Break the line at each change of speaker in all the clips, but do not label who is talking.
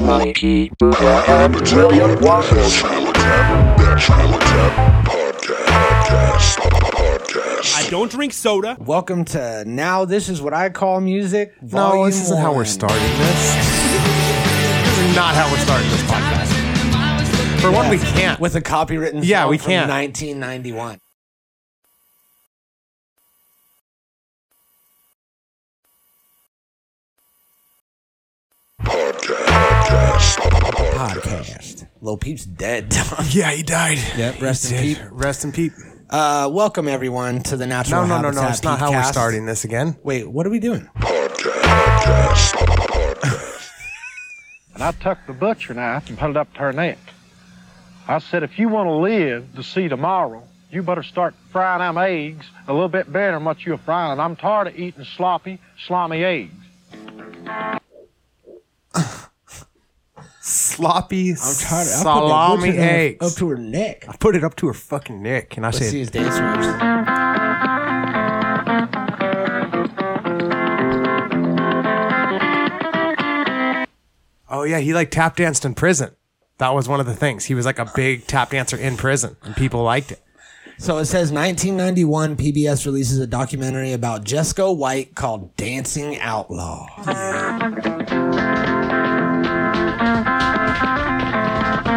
Molly P. Buddha and William Waffles.
I don't drink soda.
Welcome to now. This is what I call music.
No,
volume
this isn't how we're
one.
starting this. this is not how we're starting this podcast. For one, we can't.
with a copywritten.
Yeah,
song
we
from
can't.
1991. Podcast. Lil Peep's dead. Tom.
yeah, he died.
Yep, rest
He
in
did.
peep.
Rest in peep.
Uh, welcome everyone to the
No, no,
Natural
no, no.
Habitat
It's not how we're
Peepcast.
starting this again.
Wait, what are we doing?
And I tucked the butcher knife and put it up to her neck. I said, if you want to live to see tomorrow, you better start frying them eggs a little bit better than what you're frying. And I'm tired of eating sloppy, slimy eggs.
Sloppy
I'm tired. I put that
salami
butcher knife
eggs.
up to her neck.
put it up to her fucking neck, and I
Let's see
said,
his dance moves.
"Oh yeah, he like tap danced in prison. That was one of the things. He was like a big tap dancer in prison, and people liked it.
So it says 1991 PBS releases a documentary about Jesco White called Dancing Outlaw.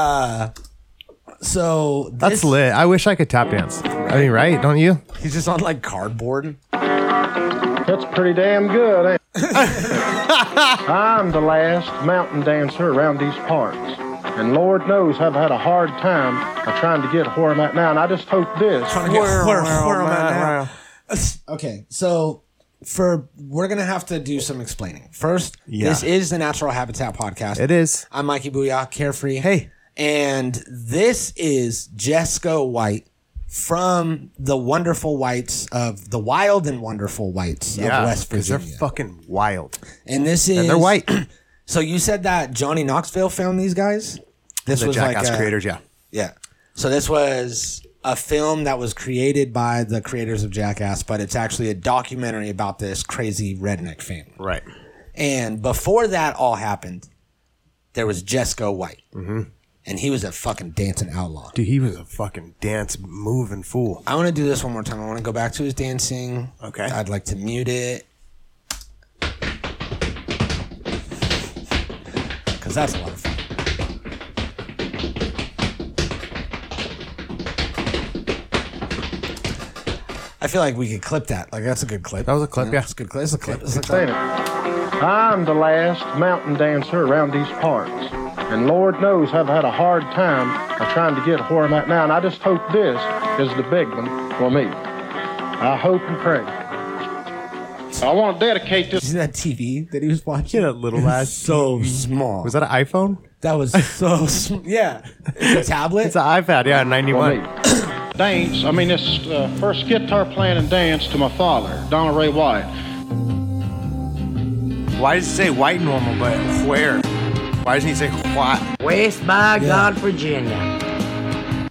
uh, so
That's
this,
lit. I wish I could tap dance. I mean, right? Don't you?
he's just on like cardboard.
That's pretty damn good, ain't it? I'm the last mountain dancer around these parts. And Lord knows I've had a hard time of trying to get where I'm at now. And I just hope this.
Trying to get where, where, am I now?
Wow.
Okay, so for we're gonna have to do some explaining first.
Yeah.
This is the Natural Habitat Podcast.
It is.
I'm Mikey Booyah, carefree.
Hey.
and this is Jesco White from the wonderful whites of the wild and wonderful whites of West
'cause they're
Virginia.
fucking wild.
and this is
And they're white.
So you said that Johnny Knoxville found these guys. This
the
was
Jackass
like uh, a-
creators, yeah.
yeah. So this was a film that was created by the creators of Jackass, but it's actually a documentary about this crazy redneck family.
Right.
And before that all happened, there was Jesco White. Mm-hmm. And he was a fucking dancing outlaw.
Dude, he was a fucking dance moving fool.
I want to do this one more time. I want to go back to his dancing.
Okay.
I'd like to mute it. Because that's a lot of fun. I feel like we could clip that. Like, that's a good clip.
That was a clip, yeah.
That's a good clip. That's a clip. That's a
Ain't
clip.
it? I'm the last mountain dancer around these parts. And Lord knows I've had a hard time of trying to get where I'm at now. And I just hope this is the big one for me. I hope and pray. I want to dedicate this.
See that TV that he was watching?
Yeah, that little ass
So small.
Was that an iPhone?
That was so sm- yeah. It's a tablet.
It's an iPad, yeah,
for me.
91.
dance, I mean, this uh, first guitar playing and dance to my father, Donald Ray White.
Why does it say white normal, but where? Why doesn't he say white?
Waste by God, Virginia.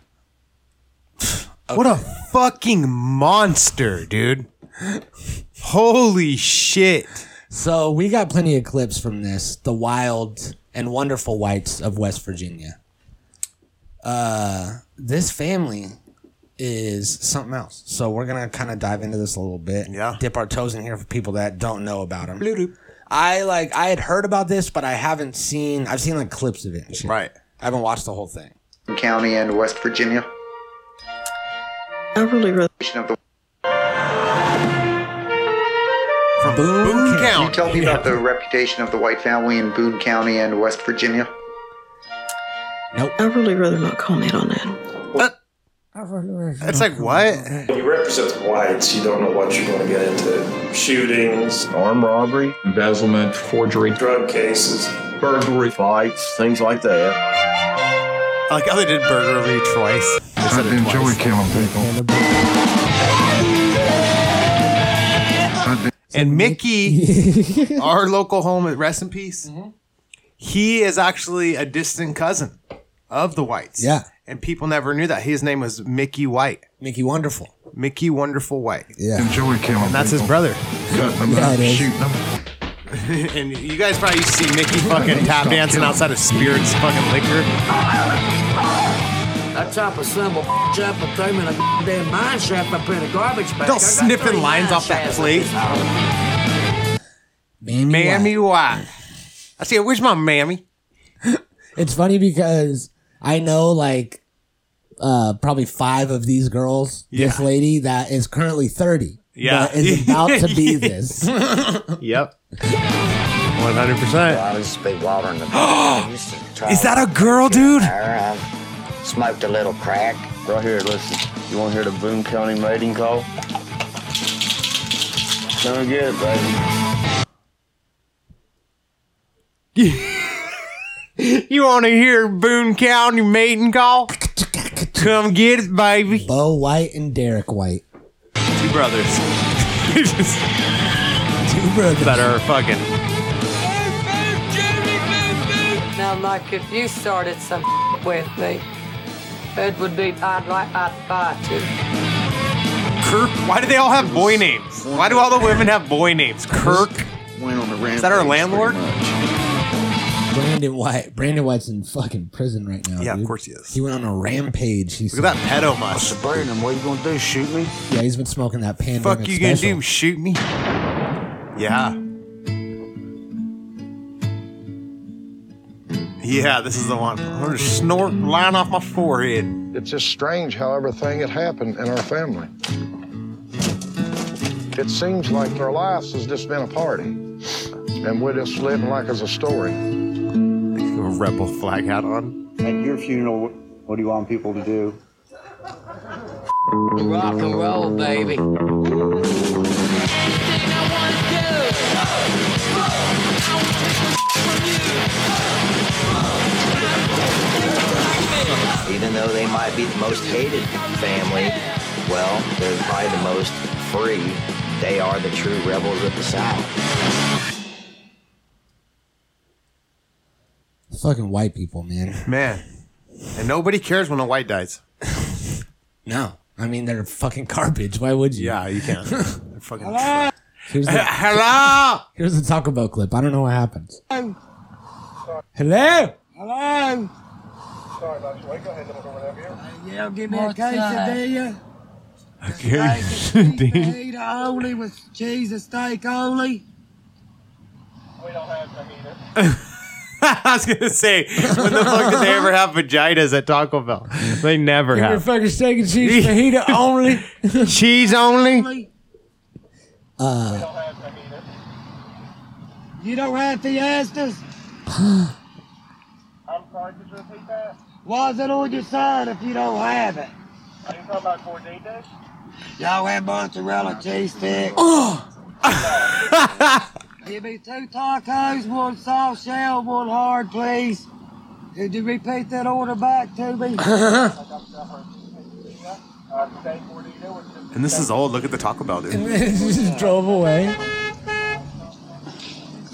What a fucking monster, dude. Holy shit.
So we got plenty of clips from this, the wild and wonderful whites of West Virginia. Uh, this family is something else. So we're gonna kind of dive into this a little bit.
Yeah.
Dip our toes in here for people that don't know about them. I like I had heard about this, but I haven't seen. I've seen like clips of it. And shit.
Right.
I haven't watched the whole thing.
County and West Virginia.
I really, really.
Of the,
From Boone,
Boom
County.
can you
count.
tell me about the reputation of the White family in Boone County and West Virginia?
I really rather not comment on that.
That's like what?
When you represent the whites, you don't know what you're going to get into. Shootings,
armed robbery, embezzlement, forgery,
drug cases.
burglary, fights, things like that.
I like how they did burglary twice. They said it twice.
killing people.
And Mickey, our local home at Rest
Mm-hmm.
in Peace, he is actually a distant cousin of the Whites.
Yeah.
and people never knew that his name was Mickey White.
Mickey Wonderful.
Mickey Wonderful White.
Yeah.
Enjoy killing.
And that's his brother.
Cutting them
Yeah, it
up,
is.
shooting them.
and you guys probably used to see Mickey fucking tap dancing outside of Spirits fucking liquor.
I chop a symbol up and throw him in a damn mine shaft up in a garbage bag. I got
Don't sniffing
three
lines
mine
off that
shafts.
plate.
Mammy
Mammy White. I said, where's my mammy?
It's funny because I know like uh, probably five of these girls. This
Yeah.
lady that is currently thirty.
Yeah.
but is about to be this.
Yep. 100%.
I used to be watering the I used to
Is that a girl, dude?
I smoked a little crack.
Right here, listen. You want to hear the Boone County mating call? Come and get it, baby.
You want to hear Boone County mating call? Come get it, baby.
Bo White and Derek White.
Two brothers.
Two brothers.
that are fucking.
Now, Mike, if you started some with me, it would be I'd like I'd buy to.
Kirk. Why do they all have boy names? Why do all the women have boy names? Kirk. Is that our landlord?
Brandon White. Brandon White's in fucking prison right now. Yeah, of course he is. He went on a rampage. He's
Look at that pedo mush.
Brandon, what you gonna do? Shoot me?
Yeah, he's been smoking that pandemic
Fuck you gonna
special.
do? Shoot me? Yeah. Yeah, this is the one. I'm gonna snort line off my forehead.
It's just strange how everything had happened in our family. It seems like their lives has just been a party, and we're just living like it's a story.
A rebel flag hat on.
At your funeral, what do you want people to do?
Rock and roll, baby.
Even though they might be the most hated family, well, they're probably the most free. They are the true rebels of the South.
Fucking white people, man.
Man. And nobody cares when a white dies.
No, I mean they're fucking garbage. Why would you?
Yeah, you can. They're fucking.
Here's the,
Hello.
Here's the Taco Bell clip. I don't know what happens. Hello.
Um, Hello? Uh,
Sorry, Dr. Wade. Go ahead, look over there.
Yeah, give me a quesadilla.
Okay.
Pita only with cheese and steak only.
We don't have to eat
I was gonna say, when the fuck did they ever have vaginas at Taco Bell? They never
Give me a
have.
fucking steak and cheese fajita only.
Cheese only.
Uh,
You don't have fiestas?
I'm sorry, could you repeat that?
Why's it on your sign if you don't have it?
Are you talking about Corditas?
Y'all have mozzarella cheese sticks.
Oh!
Give me two tacos, one soft shell, one hard, please. Could you repeat that order back to me?
And this is old. Look at the Taco Bell, dude.
just drove away.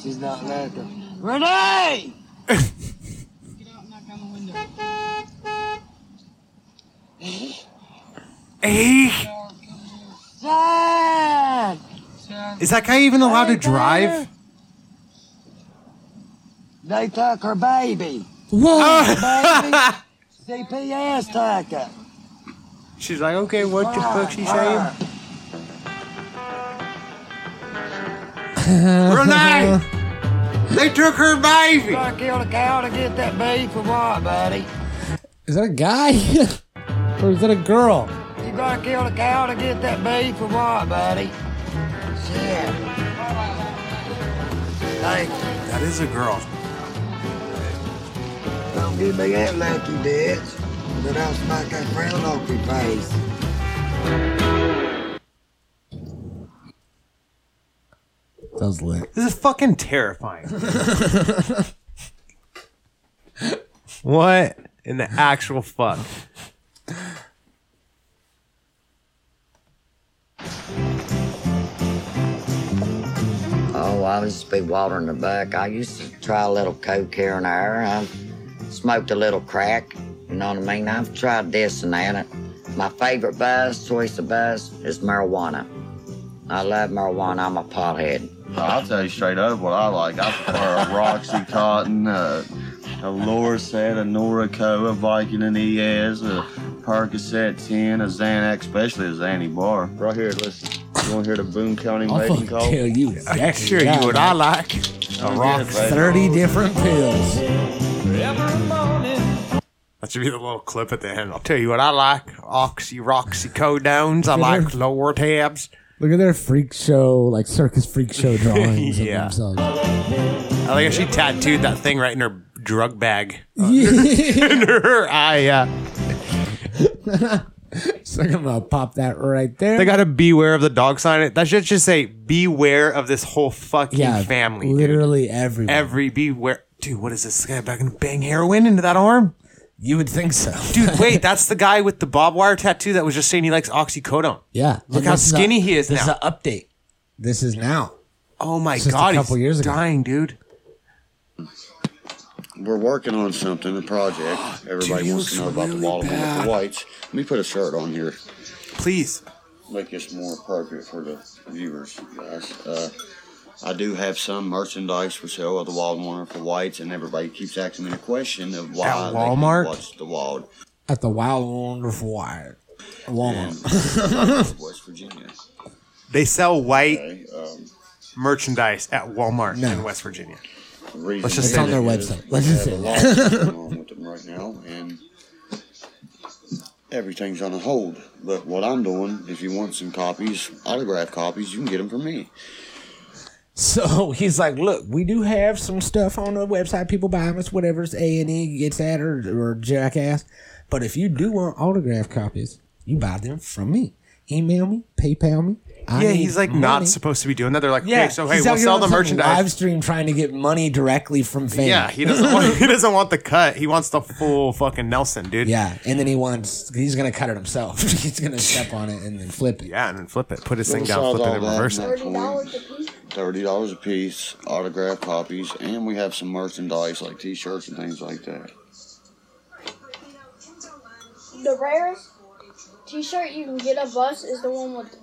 She's not laughing. Renee!
Eh?
Dad!
Is that guy even allowed to drive?
They took her baby.
Whoa!
baby. CPS took her.
She's like, okay, what the fuck she saying? Renee! They took her baby!
You gotta kill a cow to get that beef for what, buddy?
Is that a guy? or is that a girl?
You gotta kill a cow to get that beef for what, buddy? Shit. Thank you.
That is a girl.
Don't give me that lucky bitch. But I'll smack that brown off your face.
That was lit.
This is fucking terrifying. what in the actual fuck?
Oh, I used to be watering the buck. I used to try a little coke here and there. I smoked a little crack. You know what I mean? I've tried this and that. and My favorite buzz, choice of buzz, is marijuana. I love marijuana. I'm a pothead.
I'll tell you straight up what I like. I prefer a Roxy Cotton, a, a Laura set, a Norico, a Viking and ES, a Percocet 10, a Xanax, especially a Xanny bar. Right here, listen. You want to hear the Boone County
I'll
mating
fucking
call?
tell you.
I
exactly
sure you
now,
what
man.
I like. A rock.
Thirty different pills.
That should be the little clip at the end. I'll tell you what I like: oxy, roxycodones. I like lower tabs.
Look at their freak show, like circus freak show drawings
Yeah.
of themselves.
I like how she tattooed that thing right in her drug bag.
Yeah.
Under her eye. Yeah.
so I'm gonna pop that right there.
They got a beware of the dog sign. It that should just say beware of this whole fucking
yeah,
family.
Literally everyone.
Every beware, dude. What is this guy back and bang heroin into that arm?
You would think so,
dude. Wait, that's the guy with the bob wire tattoo that was just saying he likes oxycodone.
yeah.
Look
And
how
this a-
skinny he is
This
now.
is an update. This is now.
Oh my
Just a
god,
couple
he's
years ago.
dying, dude.
We're working on something, a project. Everybody wants to know about the water with the whites. Let me put a shirt on here.
Please.
Make this more appropriate for the viewers, guys. Uh, I do have some merchandise for sale of the Wild and Wonderful Whites, and everybody keeps asking me the question of why
At
they
Walmart?
watch the Wild
At the Wild and Wonderful Wild. Walmart.
in West Virginia.
They sell white
um,
merchandise at Walmart in West Virginia. Let's just
It's
say
on
that.
their website. Let's just say
going
that.
on with them right now, and everything's on hold. But what I'm doing, if you want some copies, autograph copies, you can get them from me.
so he's like, "Look, we do have some stuff on the website. People buy them. It's whatever's A and E gets that or, or jackass. But if you do want autograph copies, you buy them from me. Email me, PayPal me. I
yeah,
need
he's like
money."
not supposed to be doing that. They're like,
Yeah,
okay, so hey,
he's out
we'll
here
sell
on
the
some
merchandise.
Live stream trying to get money directly from fans.
Yeah, he doesn't want he doesn't want the cut. He wants the full fucking Nelson, dude.
yeah, and then he wants. He's gonna cut it himself. he's gonna step on it and then flip it.
Yeah, and then flip it. Put his
Well,
thing down,
besides
flip
all
it, and
that,
reverse it.
Thirty dollars a piece, autograph copies, and we have some merchandise like T-shirts and things like that.
The rarest T-shirt you can get of us is the one with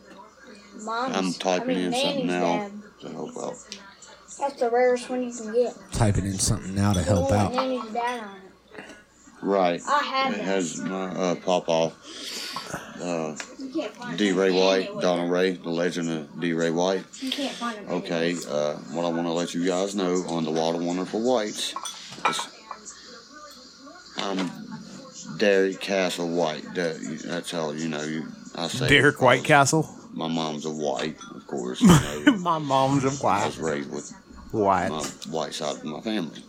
mom's.
I'm typing
I mean,
in something
Nanny's
now
dad.
to help out.
That's the rarest one you can get.
Typing in something now to
The
help
one with
out.
Nanny's dad on it.
Right.
I have
it
that.
has my uh, pop off. Uh, D. Ray White, Donald Ray, the legend of D. Ray White.
You can't find it.
Okay, uh, what I want to let you guys know on the Wild and Wonderful Whites is I'm Derek Castle White. Da- That's how you know you. I say
Derek White Castle.
My mom's a white, of course. You know,
My mom's a
I
white.
was raised with
White.
my white side of my family,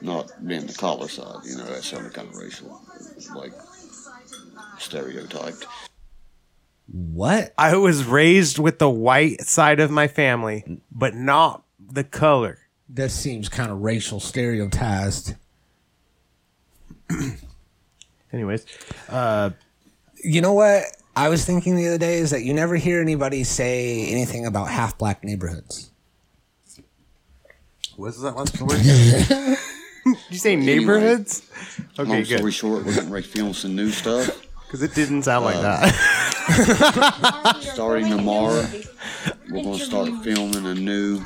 not being the color side. You know, that sounded kind of racial, like stereotyped.
What?
I was raised with the white side of my
Mm.
family, but not the color.
That seems kind of racial stereotyped.
Anyways, uh,
you know what I was thinking the other day is that you never hear anybody say anything about half black neighborhoods.
What's that last word? Did you say
Anyway.
neighborhoods? Okay,
Long
good.
story short, we're getting ready to film some new stuff.
Because it didn't sound like that.
starting tomorrow, we're going to start filming a new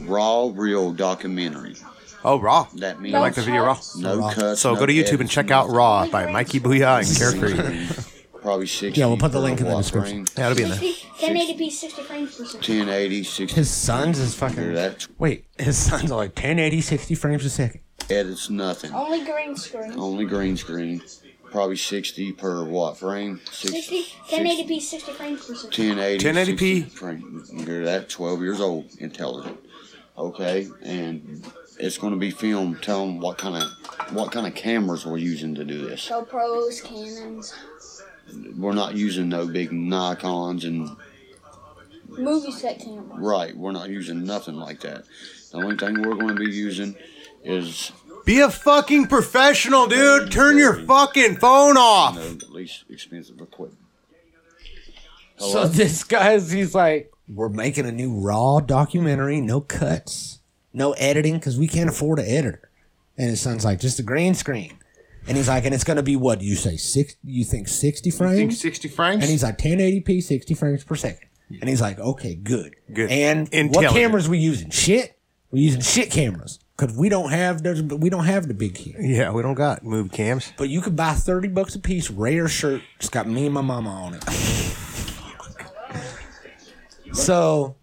raw, real documentary.
Oh, raw.
That means
I like the video raw.
No cuts.
So
no
go to YouTube and
edits,
check out Raw by Mikey Booyah and Care Creek.
Probably six.
Yeah, we'll put the link in the description.
Yeah, it'll be in there.
1080p, 60 frames per second.
1080, 60.
His son's is fucking.
That
Wait, his son's are like 1080, 60 frames a second.
edits nothing.
Only green screen.
Only green screen. Probably 60 per what frame? Six-
60, 1080p, 60 frames per second.
1080,
1080p.
60 frame. You hear that? 12 years old, intelligent. Okay, and it's going to be filmed. Tell them what kind of what kind of cameras we're using to do this.
GoPros, Canons,
We're not using no big Nikon's and
movie set camera.
right. We're not using nothing like that. The only thing we're going to be using is
Be a fucking professional, dude. Turn your fucking phone
you
off.
know, the least expensive equipment.
So this guy's he's like, we're making a new raw documentary, no cuts, no editing because we can't afford an editor. And his son's like, just a green screen. And he's like, and it's gonna be what you say six? You think sixty frames?
think 60 frames?
And he's like, 1080p, sixty frames per second. And he's like, okay, good,
Good.
And what
Intelligent.
cameras we using? Shit, we using shit cameras because we don't have those- we don't have the big here.
Yeah, we don't got move cams.
But you could buy thirty bucks a piece rare shirt. It's got me and my mama on it. so,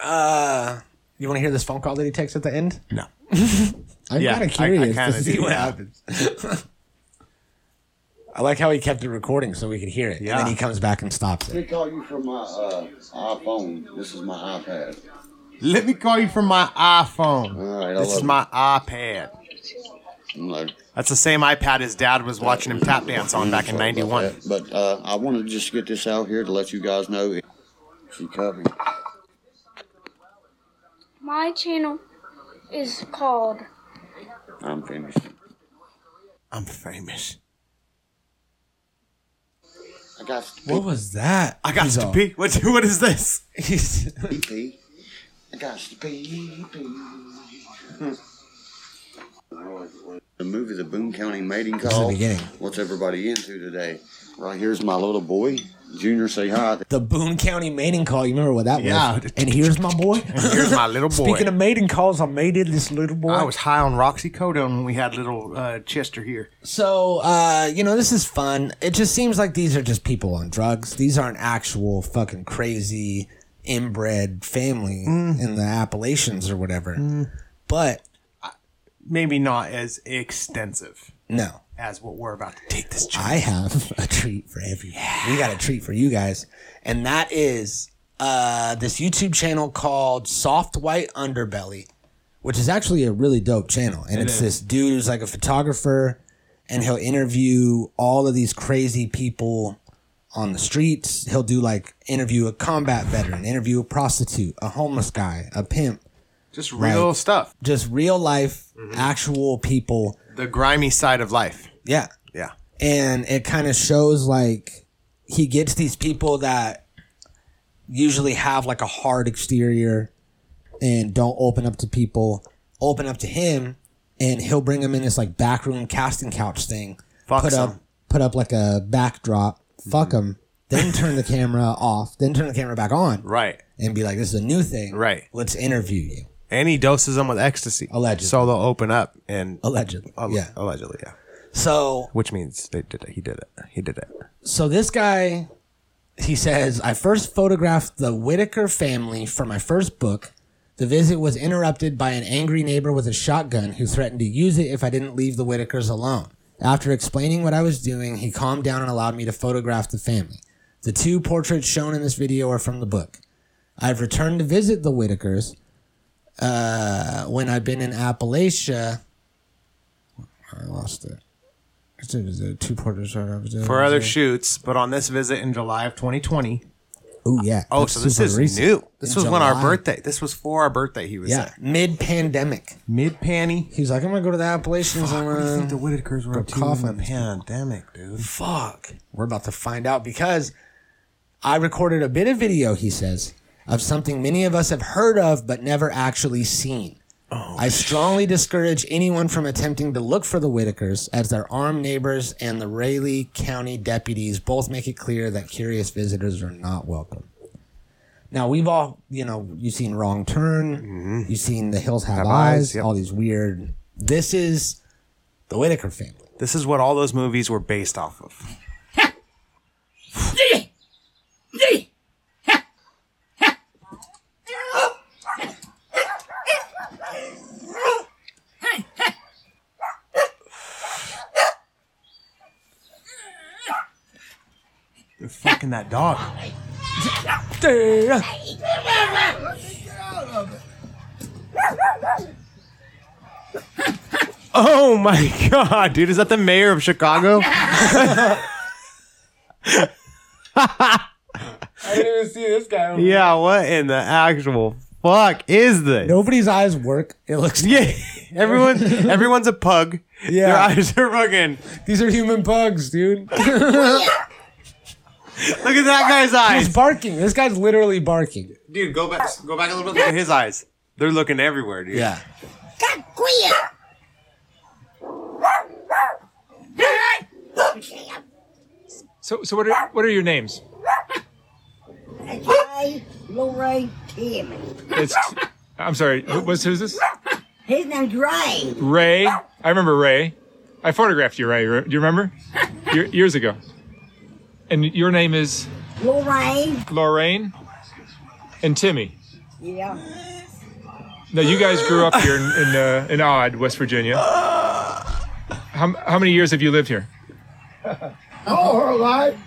uh, you want to hear this phone call that he takes at the end?
No.
I'm
Yeah, I- I
kind of curious
kinda
to see
do,
what
yeah.
happens. I like how he kept it recording so we could hear it, and then he comes back and stops it.
Let me call you from my uh, iPhone. This is my iPad.
Let me call you from my iPhone.
right, I
this
love
is
it.
my iPad.
That's the same iPad his dad was watching him tap dance on back in
Sorry about
'91.
that. But uh, I wanted to just get this out here to let you guys know she covered.
My channel is called
I'm finished.
I'm famous.
I got
What was that?
I got
He's
to
all-
pee. What? What is this?
pee. I got to pee. pee. The movie, The Boone County Mating
This is
Call.
the beginning.
What's everybody into today? Right here's my little boy, Junior. Say hi.
The Boone County mating call. You remember what that
Yeah.
was? And here's my boy.
Here's my little boy.
Speaking of mating calls, I mated this little boy.
I was high on Roxycodone when we had little uh, Chester here.
So, uh, you know, this is fun. It just seems like these are just people on drugs. These aren't actual fucking crazy inbred family in the Appalachians or whatever. But
maybe not as extensive
No.
as what we're about to take this.
I have a treat for everyone. We got a treat for you guys. And that is uh, this YouTube channel called Soft White Underbelly, which is actually a really dope channel. And
It
it's
is.
this dude who's like a photographer and he'll interview all of these crazy people on the streets. He'll do like interview a combat veteran, interview a prostitute, a homeless guy, a pimp.
Just real
Like,
stuff.
Just real life,
Mm-hmm.
actual people.
The grimy side of life.
Yeah.
Yeah.
and it kind of shows like he gets these people that usually have like a hard exterior and don't open up to people open up to him and he'll bring them in this like backroom casting couch thing
Fuck Mm-hmm.
put
'em.
up put up like a backdrop fuck them then turn the camera off then turn the camera back on
Right.
and be like this is a new thing
Right.
let's interview you
And he doses them with ecstasy. Allegedly. So they'll open up and
allegedly.
yeah. Allegedly. Yeah.
so
Which means they did it. He did it. He did it.
so this guy he says i first photographed the whitaker family for my first book the visit was interrupted by an angry neighbor with a shotgun who threatened to use it if i didn't leave the whitakers alone after explaining what i was doing he calmed down and allowed me to photograph the family the two portraits shown in this video are from the book i've returned to visit the whitakers uh, when i've been in appalachia i lost it It's- it was, uh, two portraits
For other shoots, but on this visit in July of 2020.
Oh yeah.
Oh,
That's
so this
super
is
recent.
new. This
In
was when our
July.
birthday. This was for our birthday. He was
Yeah,
there.
mid pandemic.
Mid panny.
He's like, I'm gonna go to the Appalachians. I'm
what do you
gonna
think Um, the Whitakers were
go
up to in
coffin
the pandemic, dude?
Fuck. We're about to find out because I recorded a bit of video. He says of something many of us have heard of but never actually seen.
Oh,
I strongly discourage anyone from attempting to look for the Whitakers, as their armed neighbors and the Raleigh County deputies both make it clear that curious visitors are not welcome. Now we've all, you know, you've seen Wrong Turn, you've seen The Hills Have,
Mm-hmm. Have
Eyes,
Eyes, yep.
all these weird. This is the Whitaker family.
This is what all those movies were based off of. They're fucking that dog. Oh my god, dude! Is that the mayor of Chicago?
I didn't even see this guy.
yeah. What in the actual fuck is this?
Nobody's eyes work. It looks
yeah. Everyone, everyone's a pug.
Yeah.
Their eyes are fucking.
These are human bugs, dude.
Look at that guy's eyes.
He's barking. This guy's literally barking.
Dude, go back, go back a little bit. Look at his eyes. They're looking everywhere, dude.
Yeah.
Queer.
So, so what are what are your names?
Jay, Lori, Timmy.
It's, I'm sorry. Who was who's this?
His name's Ray.
Ray. I remember Ray. I photographed you, Ray. Do you remember? Year- years ago. And your name is
Lorraine.
Lorraine and Timmy.
Yeah.
Now you guys grew up here in in, uh, in Odd, West Virginia. How, how many years have you lived here?
All her life.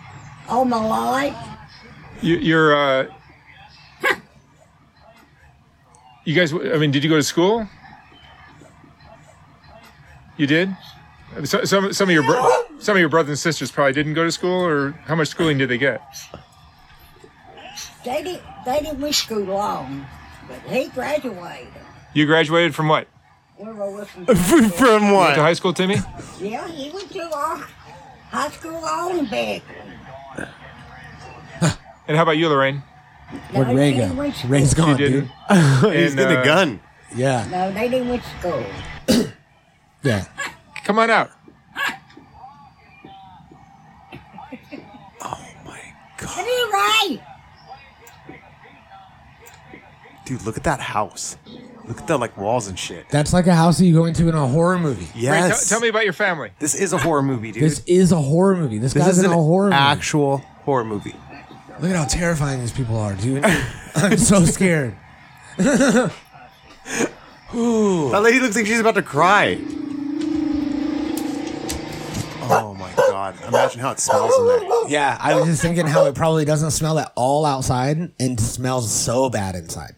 All my life.
You, you're. Uh, you guys. I mean, did you go to school? You did. So, some some of your bro- some of your brothers and sisters probably didn't go to school, or how much schooling did they get?
They didn't, they didn't went to school long, but he graduated.
You graduated from what?
We were with him.
From what? to high school, Timmy.
Yeah, he went to our high school Olympic.
And how about you, Lorraine?
Where'd Ray go? Ray's gone,
You
dude.
didn't. And, uh,
Yeah.
No, they didn't went to school.
Yeah.
Come on out.
Come here, Ray.
Dude, look at that house. Look at the like walls and shit.
That's like a house that you go into in a horror movie.
Ray, tell-
Yes.
tell me about your family.
This is a horror movie, dude.
This is a horror movie. This, guy's
is
in a
an
horror movie.
actual horror movie.
Look at how terrifying these people are, dude. I'm so scared.
That lady looks like she's about to cry. Oh my god! Imagine how it smells in there.
Yeah, I was just thinking how it probably doesn't smell at all outside and smells so bad inside.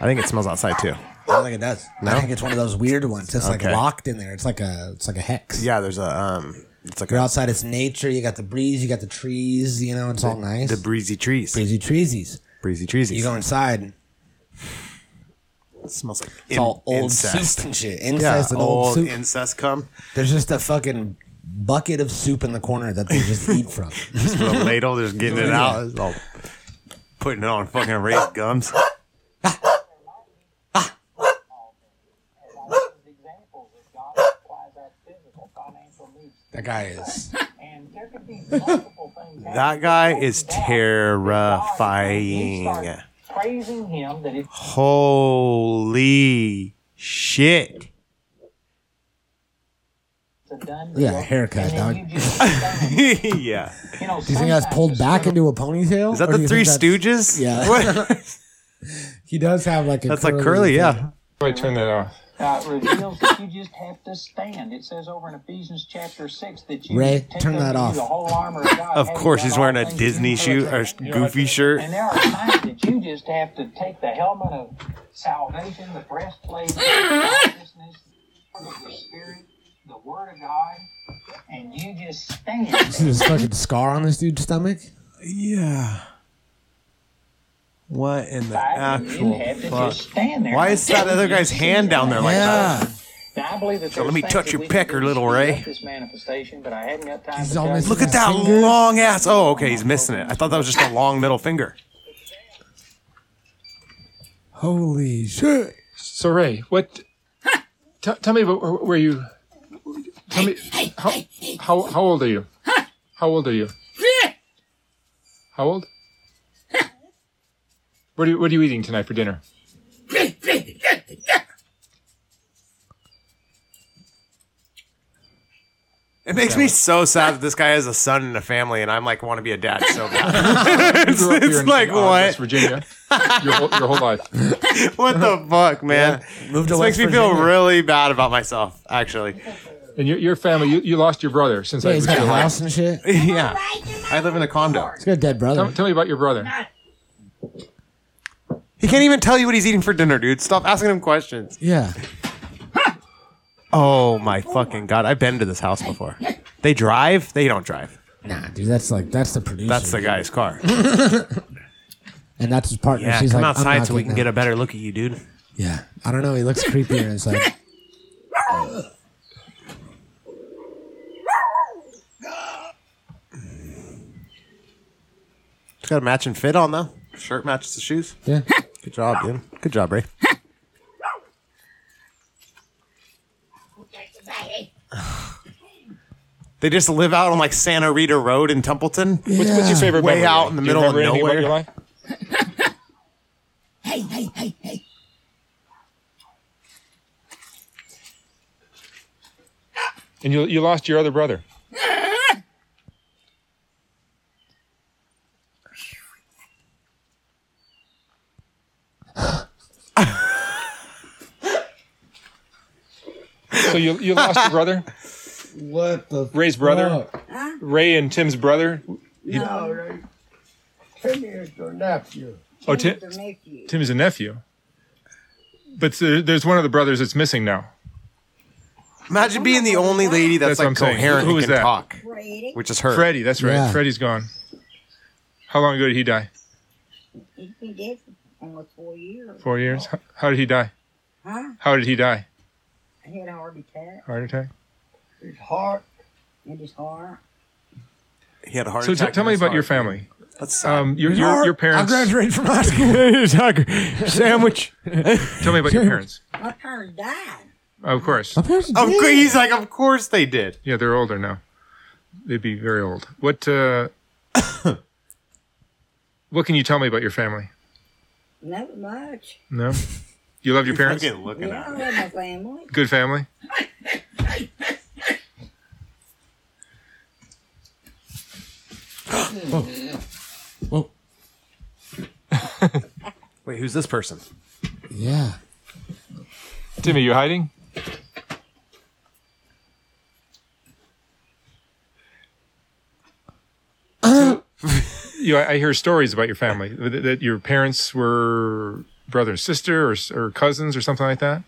I think it smells outside too.
I don't think it does.
No?
I think it's one of those weird ones. It's like
Okay.
locked in there. It's like a it's like a hex.
Yeah, there's a um. It's like
You're outside. It's nature. You got the breeze. You got the trees. You know, it's all nice.
the breezy trees.
Breezy treesies.
Breezy treesies.
You go inside.
It smells like
It's all old
incest.
soup and shit. Incest and old soup.
incest cum.
There's just a fucking bucket of soup in the corner that they just eat from.
Just with a ladle, just getting it
Yeah.
out. It's all putting it on fucking raised gums.
That guy is.
That guy is terrifying.
praising him that if
Holy shit.
it's a done
Yeah,
deal,
haircut,
and
dog.
then you just-
yeah.
you know,
Do you think that's pulled back into a ponytail?
Is that
Or do
the
you
Three
think
Stooges?
Yeah.
What?
he does have like a.
That's like curly, yeah.
I turn that off.
uh, reveals that you just have to stand. It says over in Ephesians chapter six that you
Ray,
take
turn
unto
that
you
off.
The whole armor of, God,
Of
having
course,
done
he's
all
wearing a
things to
Disney shoot
protect
or goofy shirt.
And there are times that you just have to take the helmet of salvation, the breastplate of righteousness, the spirit, the word of God, and you just stand.
See this fucking scar on this dude's stomach?
Yeah. What in the actual
have to
fuck?
just stand there.
Ah, Why is that other guy's hand down there like that?
Now, I believe that
So let
there's
me
things
touch
that
your
we can do
pecker,
to
little
speed
Ray.
up This manifestation, but I haven't got time
He's
to
all
tell you.
missing
Look at that long ass. Oh, okay, he's missing it. I thought that was just a long middle finger.
Holy shit.
So Ray, what? T- tell me about where- where you. Tell me how, how how old are you? How old are you? How old? What are you, what are you eating tonight for dinner?
It makes me so sad that this guy has a son and a family, and I'm like, want to be a dad so
You
bad. it's
grew up here
it's
in,
like
uh, West
what?
Virginia, your whole, your whole life.
What the fuck, man?
Moved to
this makes
West
me feel
Virginia.
really bad about myself, actually.
And your, your family, you, you lost your brother since
Yeah,
I
he's
was
got a
your
house and shit.
yeah, I live in a condo.
He's got a dead brother.
Tell, tell me about your brother.
He can't even tell you what he's eating for dinner, dude. Stop asking him questions.
Yeah.
Oh my fucking god! I've been to this house before. They drive. They don't drive.
Nah, dude, that's like that's the producer.
That's the guy's car.
and that's his partner.
Yeah,
She's
come
like, I'm
outside
not
so we
getting
can get
out.
a better look at you, dude.
Yeah, I don't know. He looks creepier inside.
It's got a matching fit on though. Shirt matches the shoes.
Yeah.
Good job, dude. Good job, Ray. They just live out on like Santa Rita Road in Templeton.
What's, what's your favorite
Way
memory?
out in the
Do you
middle of
remember
nowhere.
anything about your life?
Hey, hey, hey, hey.
And you, you lost your other brother. so you, you lost your brother?
What the?
Ray's brother?
Huh?
Ray and Tim's brother?
No, right. Tim is your nephew.
Oh, Tim,
Tim's your nephew.
Tim is a nephew. But there- there's one of the brothers that's missing now.
Imagine being the only lady that's,
what
like
I'm saying.
coherent
Who
and
is
can
that?
talk,
Brady.
which is her.
Freddie, that's right.
Yeah.
Freddie's gone. How long ago did he die?
He's been dead for almost four years.
Four years? How, how did he die?
Huh?
How did he die?
I had a heart attack.
Heart attack?
His heart. And his heart.
He had a heart
so t-
attack.
tell
in
me
his
about your
heart.
family.
That's
um, your, your, your parents.
from high
school.
Sandwich.
tell me about your parents.
My parents died.
Of course.
Of course, he's like, of course they did.
Yeah, they're older now. They'd be very old. What uh, What can you tell me about your family?
Not much.
No? You love your parents?
Yeah, I love my family.
Good family?
Wait, who's this person?
Yeah.
Timmy, you hiding? you know, I, I hear stories about your family that, that your parents were brother and sister or, s- or cousins or something like that.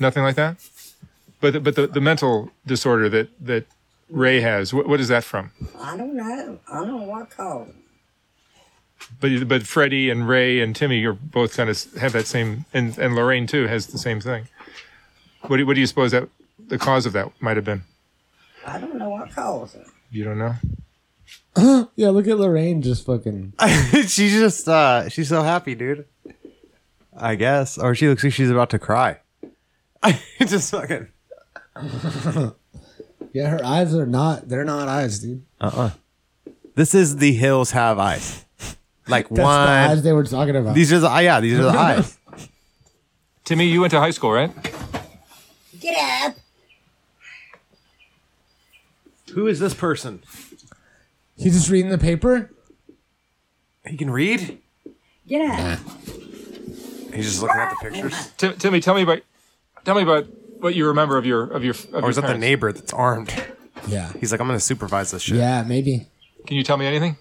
Nothing like that. But the, but the, the mental disorder that that Ray has, what, what is that from?
I don't know. I don't know what called him.
But but Freddie and Ray and Timmy are both kind of have that same, and, and Lorraine too has the same thing. What do, you- what do you suppose that the cause of that might have been?
I don't know what caused him.
You don't know.
yeah, look at Lorraine just fucking.
she's just uh she's so happy, dude. I guess. Or she looks like she's about to cry. just fucking
yeah, her eyes are not. They're not eyes, dude.
uh-uh. This is the hills have eyes. Like
That's
one
the eyes they were talking about.
These are the ah, yeah, these are the eyes.
Timmy, you went to high school, right?
Get up.
Who is this person?
He's just reading the paper.
He can read?
Get up.
He's just looking at the pictures.
Tim, Timmy, tell me about tell me about what you remember of your of your. Of
Or is that the neighbor that's armed?
Yeah.
He's like, I'm gonna supervise this shit.
Yeah, maybe.
Can you tell me anything?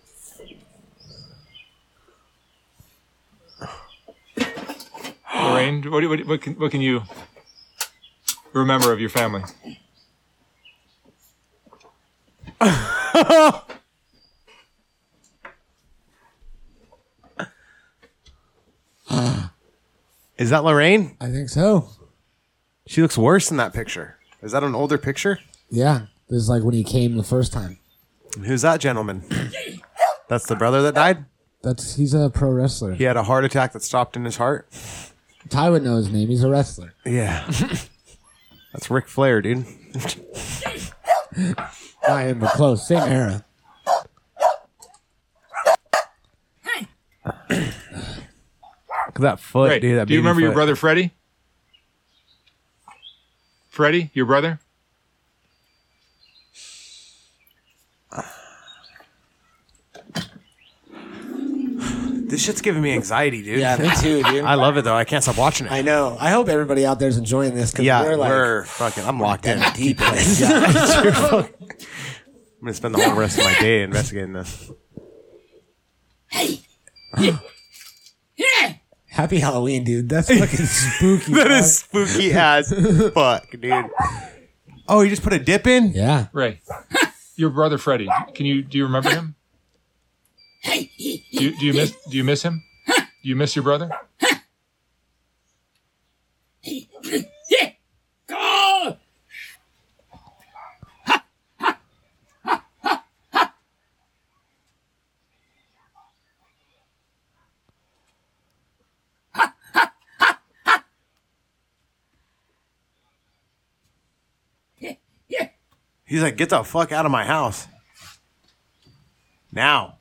Lorraine, what, do- what, what, can, what can you remember of your family?
Is that Lorraine?
I think so.
She looks worse in that picture. Is that an older picture?
Yeah, this is like when he came the first time.
Who's that gentleman? That's the brother that died?
That's he's a pro wrestler.
He had a heart attack that stopped in his heart.
Ty would know his name. He's a wrestler.
Yeah. That's Ric Flair, dude.
I am a close. Same era.
Look at that foot,
Right.
dude. That
Do you
baby
remember your
foot.
brother Freddie? Freddie, your brother?
This shit's giving me anxiety, dude.
Yeah, me too, dude.
I love it though. I can't stop watching it.
I know. I hope everybody out there is enjoying this because
yeah,
we're like
fucking. I'm locked in. I'm
deep in this.
gonna spend the whole rest of my day investigating this.
Happy Halloween, dude. That's fucking spooky.
That
dog.
is spooky as fuck, dude. Oh, you just put a dip in?
Yeah.
Ray, your brother Freddie. Can you do you remember him? Do you, do you miss do you miss him? Do you miss your brother?
Go!
He's like, get the fuck out of my house. Now.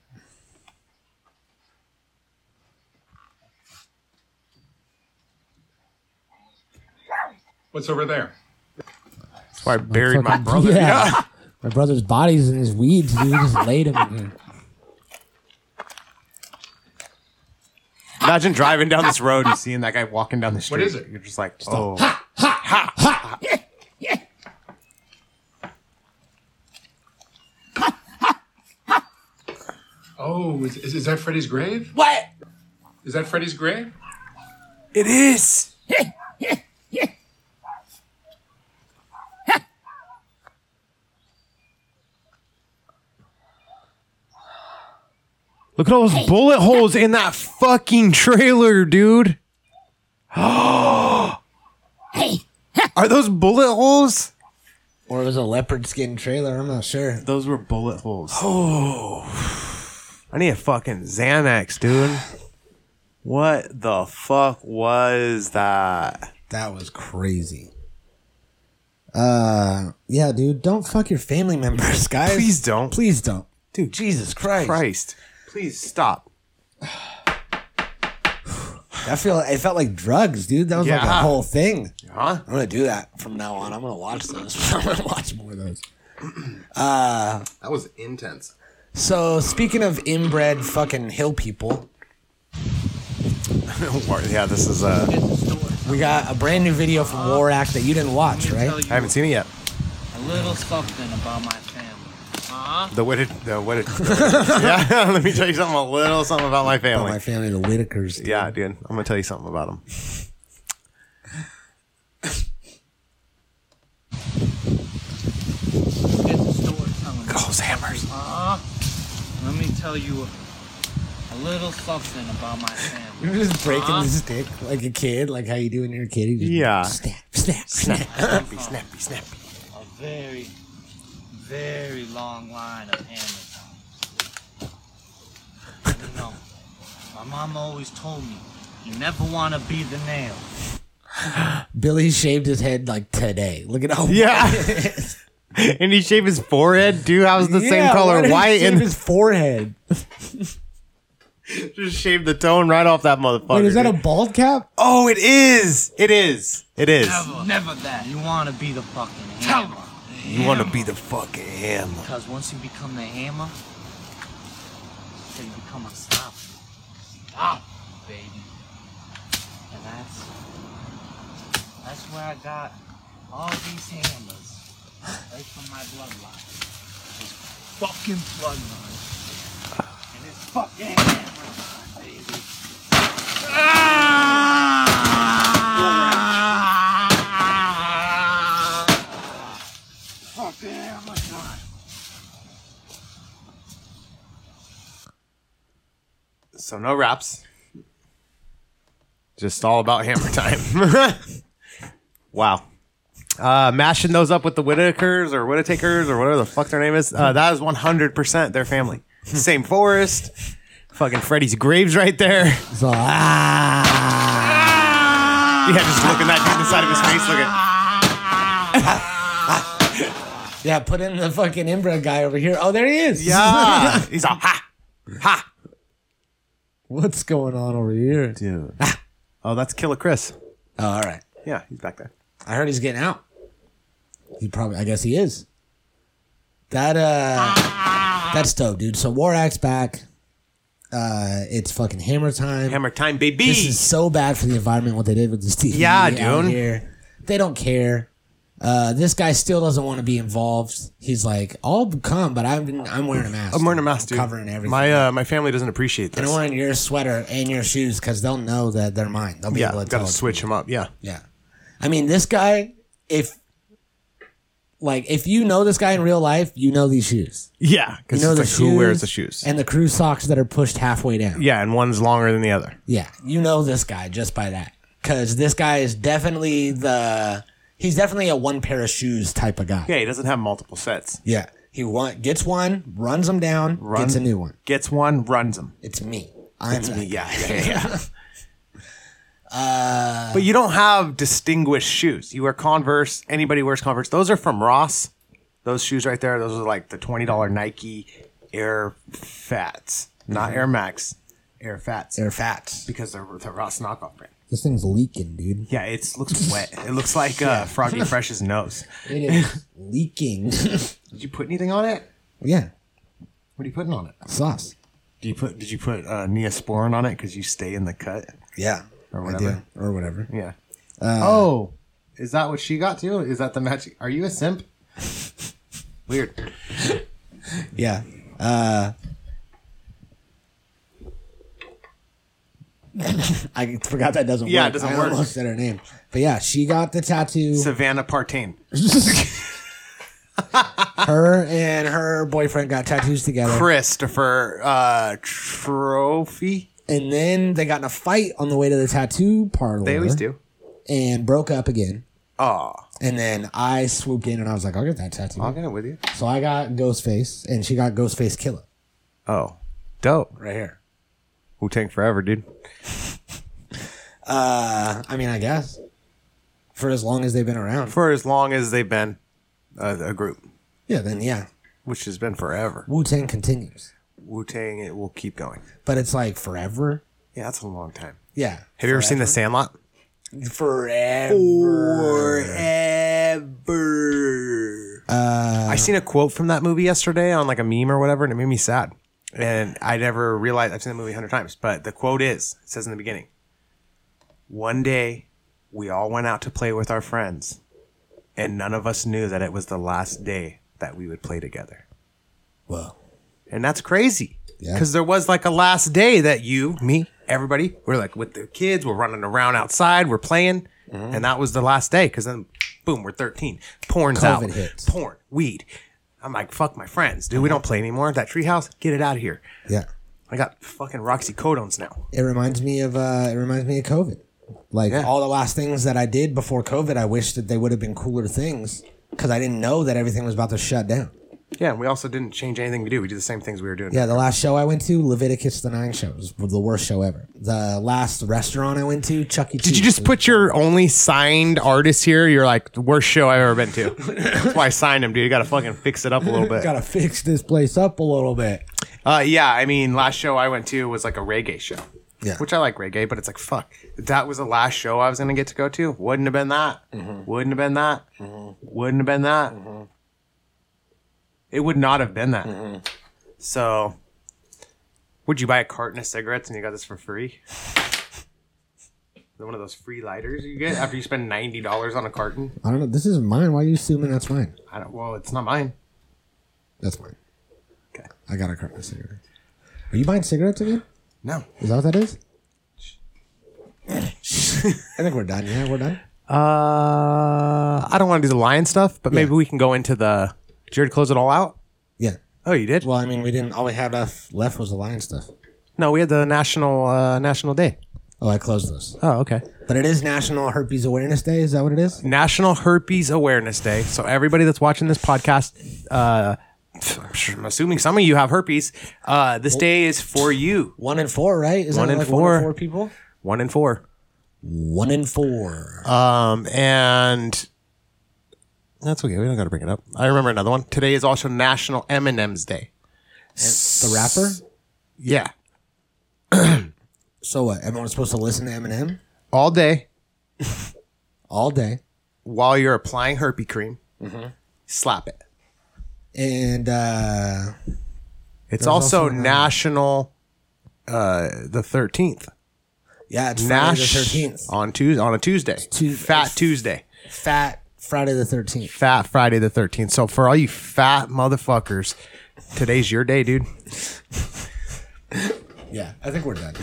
What's over there?
That's why I buried my
Fucking-
brother.
yeah.
Yeah.
My brother's body's in his weeds, dude. He just laid him in here.
Imagine driving down this road and seeing that guy walking down the street.
is it?
You're just like, oh.
Oh, is, is, is that Freddy's grave?
What?
Is that Freddy's grave?
It is. Look at all those bullet holes in that fucking trailer, dude. Are those bullet holes?
Or it was a leopard skin trailer. I'm not sure.
Those were bullet holes. Oh. I need a fucking Xanax, dude. What the fuck was that?
That was crazy. Uh, yeah, dude. Don't fuck your family members, guys.
Please don't.
Please don't.
Dude, Jesus Christ. Christ. Please stop.
I feel. It felt like drugs, dude. That was like
Yeah.
a whole thing.
Huh?
I'm gonna do that from now on. I'm gonna watch those. I'm gonna watch more of those. Uh,
That was intense.
so speaking of inbred fucking hill people,
yeah, this is uh
we got a brand new video from Warak that you didn't watch, right?
I haven't seen it yet.
A little something about my family. Uh huh.
The what? The what? yeah, let me tell you something. A little something about my family.
Oh, my family, the Whitakers.
Yeah, dude. I'm gonna tell you something about them.
Those hammers. Uh huh. Let me tell you a little something about my family.
You're just breaking
Uh-huh.
the stick like a kid, like how you do when you're a kid. You just
Yeah.
Snap, snap, snap.
snappy, snappy, snappy. A very, very long line of hammers. You know, my mom always told me, you never want to be the nail.
Billy shaved his head like today. Look at how
Yeah. and he shaved his forehead, dude. I was the same color, white,
in
and
his forehead.
just shaved the tone right off that motherfucker.
Wait, is that a
dude.
bald cap?
Oh, it is. It is. It is.
Never, never that. You want to be the fucking hammer.
You want to be the fucking hammer.
Because once you become the hammer, then you become a stop. Stop, baby. And that's that's where I got all these hammers. Right from my bloodline. This fucking bloodline. And this fucking hammer, baby. Fucking hammer time.
So no raps. Just all about hammer time. wow. Uh, mashing those up with the Whitakers or Whitakers or whatever the fuck their name is. Uh, that is 100% their family. Same forest. Fucking Freddy's graves right there.
So, ah.
Yeah, just looking that dude in the side of his face. Look at.
Yeah, put in the fucking inbred guy over here. Oh, there he is.
Yeah.
Ah.
He's all ha. Ha.
What's going on over here?
Dude. Oh, that's Killer Chris.
Oh, all right.
Yeah, he's back there.
I heard he's getting out. He probably, I guess he is. That uh, that's dope, dude. So Warak's back. Uh, it's fucking hammer time.
Hammer time, baby.
This is so bad for the environment. What they did with this TV.
Yeah,
out
dude.
Here. They don't care. Uh, this guy still doesn't want to be involved. He's like, "I'll come, but I'm I'm wearing a mask.
I'm wearing a mask, dude.
covering everything.
My uh, my family doesn't appreciate this.
and I'm wearing your sweater and your shoes because they'll know that they're mine. They'll be
yeah,
able to
gotta
tell.
switch him up. Yeah.
Yeah. I mean, this guy, if like if you know this guy in real life, you know these shoes.
Yeah,
You
because
know
it's
the
like who wears the shoes?
and the crew socks that are pushed halfway down.
yeah, and one's longer than the other.
Yeah, you know this guy just by that because this guy is definitely the he's definitely a one pair of shoes type of guy.
Yeah, he doesn't have multiple sets.
Yeah, he one gets one, runs them down,
Runs-
gets a new one.
Gets one, runs them.
It's me. I'm
It's
that
me. Yeah, yeah, yeah. yeah.
Uh,
but you don't have distinguished shoes. You wear Converse. Anybody wears Converse. Those are from Ross. Those shoes right there, those are like the twenty dollar Nike Air Fats, not
Mhm.
Air Max, Air Fats.
Air Fats
because they're the Ross knockoff brand.
This thing's leaking, dude.
Yeah, it looks wet. It looks like uh, Froggy Fresh's nose.
It is leaking.
Did you put anything on it?
yeah,
What are you putting on it?
sauce.
Do you put? Did you put uh, Neosporin on it because you stay in the cut?
Yeah,
or
I
whatever. Mm-hmm.
do, or whatever.
Yeah.
Uh,
oh, is that what she got too? Is that the magic? Are you a simp? Weird.
Yeah. Uh, I forgot that doesn't
Yeah, it
work.
doesn't
I
work.
almost said her name. But yeah, she got the tattoo.
Savannah Partain.
her and her boyfriend got tattoos together.
Christopher uh, Trophy.
And then they got in a fight on the way to the tattoo parlor.
They always do.
And broke up again.
Oh,
And then I swooped in and I was like, I'll get that tattoo.
I'll get it with you.
So I got Ghostface and she got Ghostface Killer.
Oh, dope.
Right here.
Wu Tang Forever, dude.
Uh, I mean, I guess for as long as they've been around.
For as long as they've been uh, a group,
Yeah, then yeah,
which has been forever.
Wu Tang continues,
Wu Tang, it will keep going.
but it's like forever.
Yeah, that's a long time.
Yeah.
Have you ever seen The Sandlot?
Forever.
Forever.
Uh,
I seen a quote from that movie yesterday on like a meme or whatever, and it made me sad. And I never realized I've seen the movie a hundred times, but the quote is it says in the beginning, "One day, we all went out to play with our friends, and none of us knew that it was the last day that we would play together."
Wow,
and that's crazy because there was like a last day that you, me, everybody, we're like with the kids, we're running around outside, we're playing,
Mm-hmm.
and that was the last day because then, boom, we're thirteen. Porn's out.
COVID hits. Mm-hmm.
Porn, weed. I'm like, fuck my friends, dude. We don't play anymore. That treehouse, get it out of here.
Yeah.
I got fucking Roxy Codones now.
It reminds me of uh, it reminds me of COVID. Like all the last things that I did before COVID, I wish that they would have been cooler things because I didn't know that everything was about to shut down.
Yeah, and we also didn't change anything we do. We did the same things we were doing.
Yeah, the last show I went to, Leviticus the Nine show, was the worst show ever. The last restaurant I went to, Chuck E. Cheese.
Did you just put your only signed artist here? You're like the worst show I've ever been to. That's why I signed him, dude. You got to fucking fix it up a little bit.
Gotta fix this place up a little bit.
Uh, yeah, I mean, last show I went to was like a reggae show.
Yeah.
Which I like reggae, but it's like, fuck, that was the last show I was going to get to go to. Wouldn't have been that. Wouldn't have been that. Wouldn't have been that. It would not have been that. So, would you buy a carton of cigarettes and you got this for free? One of those free lighters you get after you spend $90 on a carton?
I don't know. This isn't mine. Why are you assuming that's mine?
I don't, well, it's not mine.
That's mine. Okay. I got a carton of cigarettes. Are you buying cigarettes again?
No.
Is that what that is? I think we're done. Yeah, we're done.
Uh, I don't want to do the lion stuff, but maybe we can go into the. Did you already close it all out?
Yeah.
Oh, you did.
Well, I mean, we didn't. All we had left left was the lion stuff.
No, we had the national uh, national day.
Oh, I closed this.
Oh, okay.
But it is National Herpes Awareness Day. Is that what it is?
National Herpes Awareness Day. So everybody that's watching this podcast, uh, I'm, sure, I'm assuming some of you have herpes. Uh, this day is for you.
One in four, right? Isn't
one
it
in
like
four.
One in four people.
One in four.
One in four.
Um, and that's okay. We don't got to bring it up. I remember another one. Today is also National M and M's Day.
The rapper.
Yeah.
So what? Everyone's supposed to listen to Eminem
All day
all day,
while you're applying herpes cream, slap it.
and uh,
It's
There's also
also,
another-
National uh, the thirteenth.
yeah, it's Friday the
Nash
thirteenth.
on Tuesday on a Tuesday. Fat Tuesday.
Fat Friday the thirteenth.
Fat Friday the thirteenth. So for all you fat motherfuckers, today's your day, dude.
Yeah, I think we're done.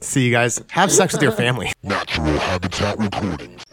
See you guys. Have sex with your family.
Natural Habitat Recordings.